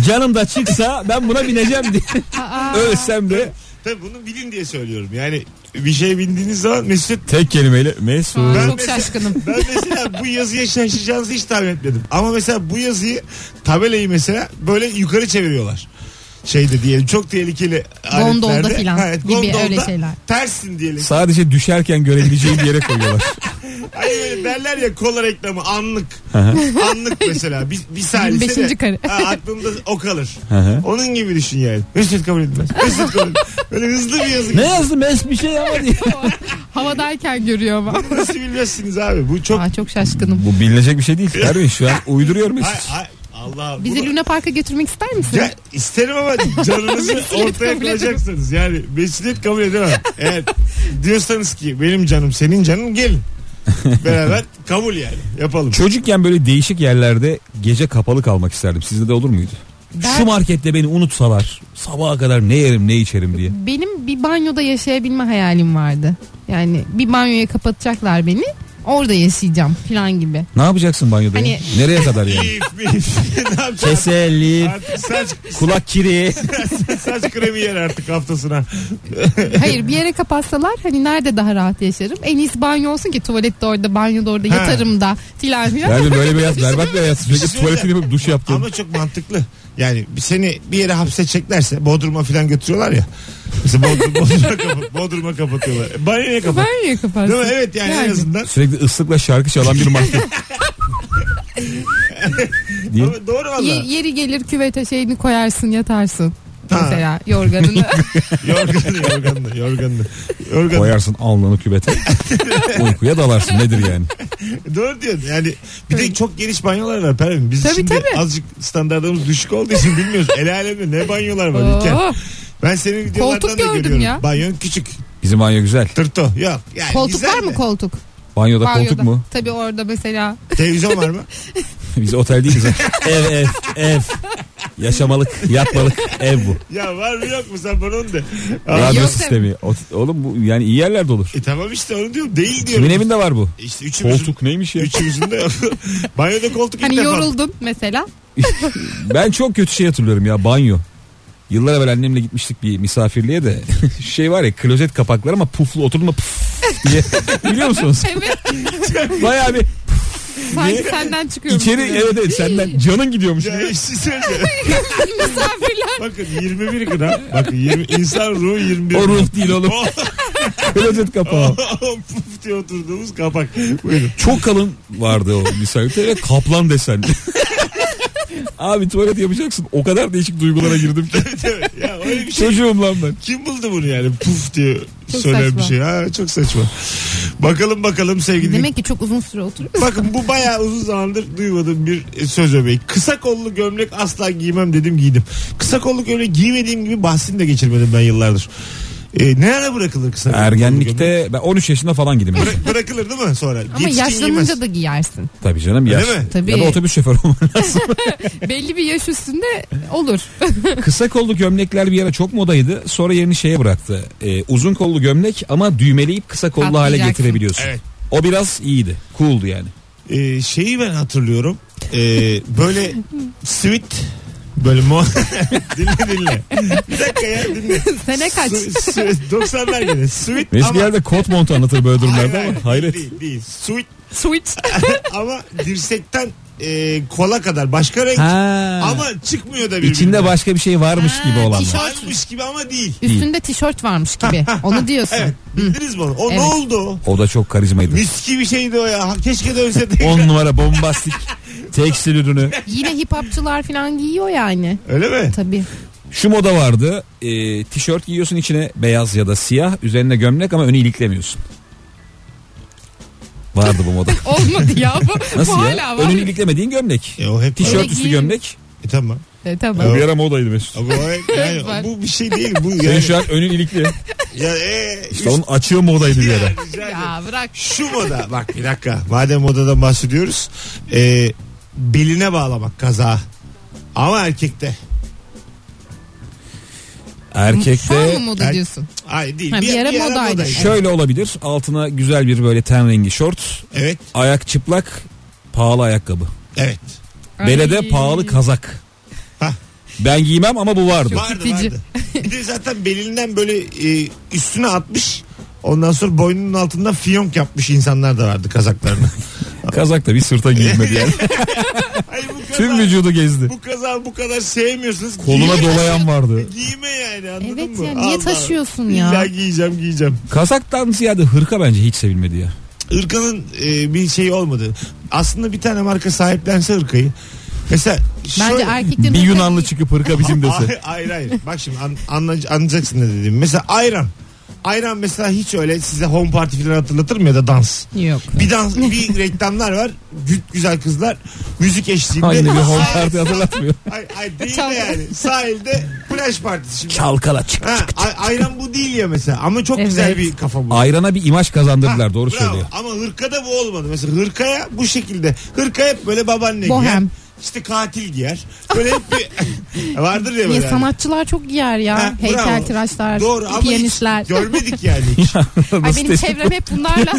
[SPEAKER 3] Canım da çıksa ben buna bineceğim diye. Ölsem de
[SPEAKER 2] Tabii bunu bilin diye söylüyorum. Yani bir şeye bindiğiniz zaman Mesut
[SPEAKER 3] tek kelimeyle
[SPEAKER 4] Aa,
[SPEAKER 3] Mesut.
[SPEAKER 2] Ben
[SPEAKER 4] çok
[SPEAKER 2] mesela-
[SPEAKER 4] şaşkınım.
[SPEAKER 2] (laughs) ben mesela bu yazıya şaşıracağınızı hiç tahmin etmedim. Ama mesela bu yazıyı tabelayı mesela böyle yukarı çeviriyorlar. Şeyde diyelim çok tehlikeli aletlerde.
[SPEAKER 4] Gondolda filan gibi öyle şeyler.
[SPEAKER 2] Tersin diyelim.
[SPEAKER 3] Sadece düşerken görebileceğin bir yere koyuyorlar.
[SPEAKER 2] Hani böyle derler ya kola reklamı anlık.
[SPEAKER 3] hı.
[SPEAKER 2] anlık mesela. Bir, bir salise
[SPEAKER 4] 25.
[SPEAKER 2] de
[SPEAKER 4] kare.
[SPEAKER 2] ha, aklımda o kalır.
[SPEAKER 3] (laughs) Hı hı.
[SPEAKER 2] Onun gibi düşün yani. Mesut kabul edilmez. Mesut kabul edilmez. Böyle hızlı bir yazı.
[SPEAKER 3] ne yazdı Mes bir şey ama diye.
[SPEAKER 4] Havadayken görüyor ama.
[SPEAKER 2] Bunu Nasıl bilmezsiniz abi? Bu çok...
[SPEAKER 4] Aa, çok şaşkınım.
[SPEAKER 3] Bu bilinecek bir şey değil. Ervin (laughs) şu an uyduruyor
[SPEAKER 2] Ay,
[SPEAKER 3] Mesut.
[SPEAKER 2] ay, Allah
[SPEAKER 4] Bizi
[SPEAKER 2] Bunu-
[SPEAKER 4] Luna Park'a götürmek ister misin?
[SPEAKER 2] Ya isterim ama
[SPEAKER 4] (laughs)
[SPEAKER 2] canınızı ortaya
[SPEAKER 4] kabul edemem.
[SPEAKER 2] koyacaksınız. Yani mesuliyet kabul edemem. Eğer diyorsanız ki benim canım senin canım gelin. Beraber kabul yani yapalım.
[SPEAKER 3] Çocukken böyle değişik yerlerde gece kapalı kalmak isterdim. Sizde de olur muydu?
[SPEAKER 4] Ben-
[SPEAKER 3] Şu markette beni unutsalar sabaha kadar ne yerim ne içerim diye.
[SPEAKER 4] Benim bir banyoda yaşayabilme hayalim vardı. Yani bir banyoya kapatacaklar beni. Orada yaşayacağım falan gibi.
[SPEAKER 3] Ne yapacaksın banyoda? ya?
[SPEAKER 4] Hani-
[SPEAKER 3] Nereye
[SPEAKER 2] (laughs)
[SPEAKER 3] kadar yani?
[SPEAKER 2] Mif mif. ne yapacağız?
[SPEAKER 3] Keselli,
[SPEAKER 2] Artık saç,
[SPEAKER 3] kulak kiri.
[SPEAKER 2] saç kremi yer artık haftasına.
[SPEAKER 4] Hayır bir yere kapatsalar hani nerede daha rahat yaşarım? En iyisi banyo olsun ki tuvalette orada banyoda orada
[SPEAKER 2] Ha.
[SPEAKER 4] yatarım da filan filan.
[SPEAKER 3] Yani böyle bir yaz berbat bir yaz.
[SPEAKER 2] Bir
[SPEAKER 3] Sürekli
[SPEAKER 2] şey
[SPEAKER 3] tuvaletini yapıp duş yaptın.
[SPEAKER 2] Ama çok mantıklı. Yani seni bir yere hapse çeklerse Bodrum'a falan götürüyorlar ya. Mesela Bodrum, Bodrum'a, kapat, Bodrum'a kapatıyorlar. Banyoya kapat.
[SPEAKER 4] (laughs) Banyoya kapatsın.
[SPEAKER 2] Değil mi? Evet yani, en
[SPEAKER 4] Yani.
[SPEAKER 2] azından.
[SPEAKER 3] Sürekli ıslıkla şarkı çalan bir (laughs) market. Diye.
[SPEAKER 2] Ama doğru valla.
[SPEAKER 4] Ye- yeri gelir küvete şeyini koyarsın yatarsın.
[SPEAKER 2] Ha.
[SPEAKER 4] Mesela
[SPEAKER 2] (laughs)
[SPEAKER 4] yorganını.
[SPEAKER 2] Yorganı, yorganı, yorganı. Yorganı.
[SPEAKER 3] Koyarsın alnını (laughs) kübete. Uykuya dalarsın nedir yani?
[SPEAKER 2] Doğru diyorsun. Yani bir de çok geniş banyolar var Pervin. Biz
[SPEAKER 4] Tabii,
[SPEAKER 2] şimdi
[SPEAKER 4] tabii.
[SPEAKER 2] azıcık standartlarımız düşük olduğu için bilmiyoruz. El alemde ne banyolar var ülke.
[SPEAKER 4] Oo,
[SPEAKER 2] Ben senin videolardan
[SPEAKER 4] Koltuk
[SPEAKER 2] da
[SPEAKER 4] gördüm
[SPEAKER 2] görüyorum.
[SPEAKER 4] ya.
[SPEAKER 2] Banyon küçük.
[SPEAKER 3] Bizim banyo güzel.
[SPEAKER 2] Tırto. Yok. Yani
[SPEAKER 4] koltuk
[SPEAKER 2] güzel
[SPEAKER 4] var mı (laughs)
[SPEAKER 2] de.
[SPEAKER 4] koltuk?
[SPEAKER 3] Banyoda koltuk
[SPEAKER 4] Banyoda.
[SPEAKER 3] mu? (laughs)
[SPEAKER 4] Tabii orada mesela.
[SPEAKER 2] Televizyon var mı?
[SPEAKER 3] Biz otel değiliz. (laughs) ev ev ev. Yaşamalık, yatmalık ev bu.
[SPEAKER 2] ya var mı yok mu sen bana onu de. Aa,
[SPEAKER 3] Radyo
[SPEAKER 4] yok.
[SPEAKER 3] sistemi. Ot- Oğlum bu yani iyi yerlerde olur.
[SPEAKER 2] E tamam işte onu diyorum. Değil diyorum.
[SPEAKER 3] Kimin evinde var bu?
[SPEAKER 2] İşte üçümüzün,
[SPEAKER 3] Koltuk neymiş ya?
[SPEAKER 2] üçümüzün de (laughs) yok. Banyoda koltuk
[SPEAKER 4] Hani
[SPEAKER 2] ilk defa.
[SPEAKER 4] yoruldun mesela.
[SPEAKER 3] (laughs) Ben çok kötü şey hatırlıyorum ya banyo. Yıllar evvel annemle gitmiştik bir misafirliğe de (laughs) şey var ya klozet kapakları ama puflu oturma puf (laughs) diye biliyor musunuz?
[SPEAKER 2] (laughs)
[SPEAKER 4] Evet.
[SPEAKER 3] Bayağı bir
[SPEAKER 4] Sanki
[SPEAKER 3] Niye?
[SPEAKER 4] senden çıkıyormuş.
[SPEAKER 3] içeri
[SPEAKER 4] gibi.
[SPEAKER 3] evet evet senden canın
[SPEAKER 2] (laughs)
[SPEAKER 3] gidiyormuş.
[SPEAKER 2] Ya
[SPEAKER 3] gibi.
[SPEAKER 2] işte
[SPEAKER 4] (laughs)
[SPEAKER 2] söyleyeceğim.
[SPEAKER 4] Misafirler.
[SPEAKER 2] Bakın 21 gram. Bakın 20, insan ruhu 21
[SPEAKER 3] O
[SPEAKER 2] gram.
[SPEAKER 3] ruh
[SPEAKER 2] (laughs)
[SPEAKER 3] değil oğlum
[SPEAKER 2] O-
[SPEAKER 3] klozet kapağı.
[SPEAKER 2] Puf diye oturduğumuz kapak. Buyurun.
[SPEAKER 3] Çok kalın vardı o misafirte ve kaplan
[SPEAKER 4] (laughs)
[SPEAKER 3] desenli. Abi tuvalet yapacaksın. O kadar değişik duygulara girdim ki.
[SPEAKER 2] Evet, ya öyle bir şey.
[SPEAKER 3] Çocuğum lan ben.
[SPEAKER 2] Kim buldu bunu yani puf diye
[SPEAKER 4] Çok
[SPEAKER 2] söylenen
[SPEAKER 4] saçma.
[SPEAKER 2] bir şey. Ha, çok saçma. Bakalım bakalım sevgili.
[SPEAKER 4] Demek ki çok uzun süre oturuyor.
[SPEAKER 2] Bakın bu bayağı uzun zamandır duymadığım bir e, söz öbeği. Kısa kollu gömlek asla giymem dedim giydim. Kısa kollu gömlek giymediğim gibi bahsini de geçirmedim ben yıllardır. Ee, ne ara bırakılır kısa kollu gömlek?
[SPEAKER 3] Ergenlikte ben 13 yaşında falan gidim.
[SPEAKER 2] Bıra- bırakılır değil mi sonra?
[SPEAKER 4] Ama yaşlanınca da giyersin.
[SPEAKER 3] Tabii canım yaş.
[SPEAKER 2] Öyle mi?
[SPEAKER 4] Tabii.
[SPEAKER 3] Ya da otobüs şoförü olman
[SPEAKER 4] (laughs)
[SPEAKER 3] lazım.
[SPEAKER 4] Belli bir yaş üstünde olur.
[SPEAKER 2] (laughs)
[SPEAKER 3] Kısa kollu gömlekler bir ara çok modaydı. Sonra yerini şeye bıraktı. Ee, uzun kollu gömlek ama düğmeleyip kısa kollu hale
[SPEAKER 4] Katlayacaksın.
[SPEAKER 3] getirebiliyorsun.
[SPEAKER 2] Evet.
[SPEAKER 3] O biraz iyiydi. Cool'du yani.
[SPEAKER 2] Ee, şeyi ben hatırlıyorum. Ee, böyle sweet böyle mo (laughs) dinle dinle. Bir dakika ya dinle.
[SPEAKER 4] Sene kaç?
[SPEAKER 2] Su- su- 90'lar gene. Sweet
[SPEAKER 3] Mesut
[SPEAKER 2] ama
[SPEAKER 3] bir yerde kot montu anlatır böyle
[SPEAKER 2] Hayır,
[SPEAKER 3] durumlarda
[SPEAKER 2] hayır,
[SPEAKER 4] (laughs)
[SPEAKER 3] ama hayret.
[SPEAKER 2] Değil, değil. Sweet
[SPEAKER 4] Switch.
[SPEAKER 2] ama dirsekten e, kola kadar başka renk.
[SPEAKER 3] Ha.
[SPEAKER 2] Ama çıkmıyor da birbirinden.
[SPEAKER 3] İçinde başka bir şey varmış
[SPEAKER 4] Ha,
[SPEAKER 3] gibi olanlar.
[SPEAKER 4] tişört.
[SPEAKER 2] Varmış gibi ama değil.
[SPEAKER 4] (laughs) Üstünde tişört varmış gibi. Onu diyorsun.
[SPEAKER 2] Evet. Bildiniz mi onu? O ne
[SPEAKER 4] Evet.
[SPEAKER 2] oldu?
[SPEAKER 3] O da çok karizmaydı.
[SPEAKER 2] Mis gibi şeydi o ya. Keşke dönse de.
[SPEAKER 4] (laughs)
[SPEAKER 3] 10 numara bombastik tekstil ürünü.
[SPEAKER 4] Yine hip hopçılar falan giyiyor yani.
[SPEAKER 2] Öyle mi?
[SPEAKER 4] Tabii.
[SPEAKER 3] Şu moda vardı. E, tişört giyiyorsun içine beyaz ya da siyah. Üzerine gömlek ama önü iliklemiyorsun. Vardı bu moda.
[SPEAKER 4] Olmadı ya bu.
[SPEAKER 3] Nasıl
[SPEAKER 4] bu
[SPEAKER 3] ya?
[SPEAKER 4] (laughs) hala var.
[SPEAKER 3] Önünü iliklemediğin gömlek.
[SPEAKER 2] E, o hep
[SPEAKER 3] Tişört
[SPEAKER 4] Öyle
[SPEAKER 3] üstü
[SPEAKER 4] giyin.
[SPEAKER 3] gömlek.
[SPEAKER 2] E tamam.
[SPEAKER 4] E,
[SPEAKER 3] Bu
[SPEAKER 4] tamam.
[SPEAKER 3] bir ara modaydı Mesut.
[SPEAKER 2] Ama
[SPEAKER 4] (laughs)
[SPEAKER 2] o- yani
[SPEAKER 4] Var.
[SPEAKER 2] bu bir şey değil. Bu
[SPEAKER 3] Senin
[SPEAKER 2] yani.
[SPEAKER 3] şu an önün ilikli.
[SPEAKER 2] ya, e,
[SPEAKER 3] (laughs) İşte onun açığı modaydı bir ara.
[SPEAKER 2] Ya, rica ederim.
[SPEAKER 4] Ya bırak.
[SPEAKER 2] Şu moda (laughs) bak bir dakika madem modadan bahsediyoruz e, beline bağlamak kaza ama erkekte
[SPEAKER 4] Şu an mı
[SPEAKER 3] Erkekte
[SPEAKER 4] moda
[SPEAKER 2] Er-
[SPEAKER 4] diyorsun?
[SPEAKER 2] ay değil
[SPEAKER 4] Ha, bir ara modaydı.
[SPEAKER 3] şöyle olabilir. Altına güzel bir böyle ten rengi şort.
[SPEAKER 2] evet
[SPEAKER 3] Ayak çıplak. Pahalı ayakkabı.
[SPEAKER 2] evet
[SPEAKER 3] Belede
[SPEAKER 4] Ay.
[SPEAKER 3] pahalı kazak.
[SPEAKER 2] Hah.
[SPEAKER 3] Ben giymem ama bu vardı.
[SPEAKER 2] vardı
[SPEAKER 4] itici.
[SPEAKER 2] vardı bir de zaten belinden böyle e, üstüne atmış ondan sonra boynunun altında fiyonk yapmış insanlar da vardı
[SPEAKER 3] (laughs)
[SPEAKER 2] kazaklarını
[SPEAKER 3] Kazak da bir sırta giyilmedi yani.
[SPEAKER 2] ay bu kaza,
[SPEAKER 3] Tüm vücudu gezdi.
[SPEAKER 2] bu kaza bu kadar sevmiyorsunuz
[SPEAKER 3] Koluna
[SPEAKER 2] Giyme-
[SPEAKER 3] dolayan vardı.
[SPEAKER 2] Giyme yani anladın
[SPEAKER 4] Evet
[SPEAKER 2] mı?
[SPEAKER 4] ya niye
[SPEAKER 2] Allah.
[SPEAKER 4] taşıyorsun
[SPEAKER 2] İlla
[SPEAKER 4] ya?
[SPEAKER 2] giyeceğim giyeceğim.
[SPEAKER 3] Kazaktan ziyade hırka bence hiç sevilmedi ya.
[SPEAKER 2] ırkanın e, bir şeyi olmadı. Aslında bir tane marka sahiplense ırkayı. Mesela
[SPEAKER 4] Bence
[SPEAKER 2] şöyle-
[SPEAKER 4] erkeklerin
[SPEAKER 3] Bir Yunanlı çıkıp hırka bizim dese.
[SPEAKER 2] Ay- Hayır hayır. Bak şimdi an, anla- anlayacaksın ne dediğim. Mesela ayran. Ayran mesela hiç öyle size home party falan hatırlatır mı ya da dans.
[SPEAKER 4] Yok.
[SPEAKER 2] Bir şey dans bir
[SPEAKER 4] (laughs)
[SPEAKER 2] reklamlar var. Gü- güzel kızlar müzik eşliğinde.
[SPEAKER 3] Aynı bir home
[SPEAKER 2] Sahil-
[SPEAKER 3] party hatırlatmıyor.
[SPEAKER 2] Ay, ay değil de
[SPEAKER 4] Çal-
[SPEAKER 2] yani. Sahilde plaj partisi şimdi.
[SPEAKER 3] Çalkala çık.
[SPEAKER 2] Ha, ay- ayran bu değil ya mesela ama çok güzel
[SPEAKER 4] Evet.
[SPEAKER 2] bir kafa bu.
[SPEAKER 3] Ayrana bir imaj kazandırdılar
[SPEAKER 2] Ha,
[SPEAKER 3] doğru
[SPEAKER 2] bravo.
[SPEAKER 3] söylüyor.
[SPEAKER 2] Ama hırkada bu olmadı. Mesela hırkaya bu şekilde. Hırka hep böyle babaanne
[SPEAKER 4] Bohem.
[SPEAKER 2] giyer. İşte katil giyer. Böyle hep bir... (laughs) vardır ya böyle. hani.
[SPEAKER 4] Ya sanatçılar çok giyer ya.
[SPEAKER 2] Ha, bravo.
[SPEAKER 4] Heykeltıraşlar,
[SPEAKER 2] Doğru ama
[SPEAKER 4] piyanistler.
[SPEAKER 2] hiç görmedik
[SPEAKER 4] (laughs)
[SPEAKER 2] yani. hiç.
[SPEAKER 4] Ay
[SPEAKER 3] Nasıl (laughs)
[SPEAKER 4] benim çevrem
[SPEAKER 2] (laughs)
[SPEAKER 4] hep bunlarla (laughs)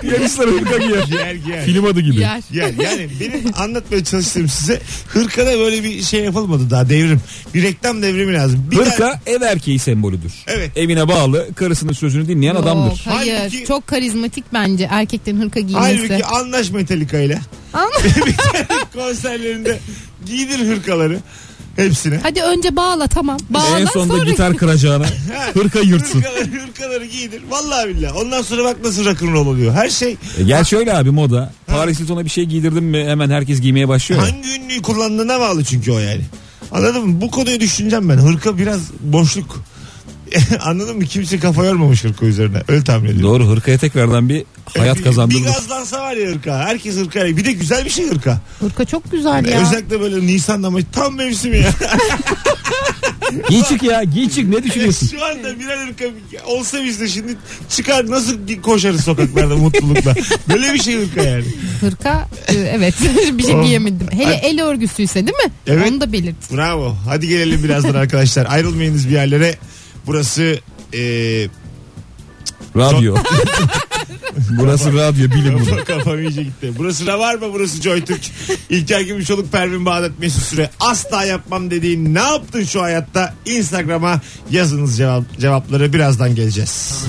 [SPEAKER 3] Piyanistler hırka giyer.
[SPEAKER 2] giyer giyer.
[SPEAKER 3] Film adı gibi.
[SPEAKER 4] giyer.
[SPEAKER 2] Yani, yani benim anlatmaya çalıştığım size hırkada böyle bir şey yapılmadı daha devrim. Bir reklam devrimi lazım. Bir tane-
[SPEAKER 3] Hırka ev erkeği sembolüdür.
[SPEAKER 2] Evet.
[SPEAKER 3] Evine bağlı karısının sözünü dinleyen adamdır.
[SPEAKER 4] Yok, hayır.
[SPEAKER 2] Halbuki-
[SPEAKER 4] Çok karizmatik bence erkeklerin hırka giymesi.
[SPEAKER 2] Halbuki anlaş Metallica ile.
[SPEAKER 4] Anlaş-
[SPEAKER 2] (laughs) bir tane konserlerinde giydir hırkaları hepsine.
[SPEAKER 4] Hadi önce bağla tamam. Bağla
[SPEAKER 3] en sonunda
[SPEAKER 4] sonra
[SPEAKER 3] gitar kıracağına hırka yırtsın.
[SPEAKER 2] Hırkaları, hırkaları giydir. Vallahi billahi. Ondan sonra bak nasıl rock'n'roll oluyor. Her şey
[SPEAKER 3] E, gerçi öyle abi moda. Paris Hilton'a bir şey giydirdim mi hemen herkes giymeye başlıyor. ya.
[SPEAKER 2] hangi ünlüyü kullandığına bağlı çünkü o yani. Anladın mı? Bu konuyu düşüneceğim ben. Hırka biraz boşluk. (laughs) Anladın mı? Kimse kafa yormamış hırka üzerine. Öyle tahmin ediyorum.
[SPEAKER 3] Doğru hırkaya tekrardan bir hayat
[SPEAKER 2] Bir- Bir
[SPEAKER 3] kazandırdı.
[SPEAKER 2] gazlansa var ya hırka. Herkes hırka. Bir de güzel bir şey hırka.
[SPEAKER 4] Hırka çok güzel ya.
[SPEAKER 2] Özellikle böyle Nisan'da ama tam mevsimi
[SPEAKER 3] (laughs)
[SPEAKER 2] ya.
[SPEAKER 3] Giy çık ya giy çık ne düşünüyorsun?
[SPEAKER 2] Şu anda birer hırka olsa bizde şimdi çıkar nasıl koşarız sokaklarda mutlulukla. Böyle bir şey hırka yani.
[SPEAKER 4] Hırka e, evet (laughs) bir şey giyemedim. Hele el örgüsüyse değil mi?
[SPEAKER 2] Evet.
[SPEAKER 4] Onu da belirt.
[SPEAKER 2] Bravo. Hadi gelelim birazdan arkadaşlar. Ayrılmayınız bir yerlere. Burası e, eee
[SPEAKER 3] Radyo. Burası radyo bilin bunu.
[SPEAKER 2] kafa- kafam iyice gitti. Burası da var mı? Burası JoyTürk. İlker Gümüşoluk, Pervin Bağdat, Mesut Süre. Asla yapmam dediğin ne yaptın şu hayatta? Instagram'a yazınız cevap, cevapları. Birazdan geleceğiz.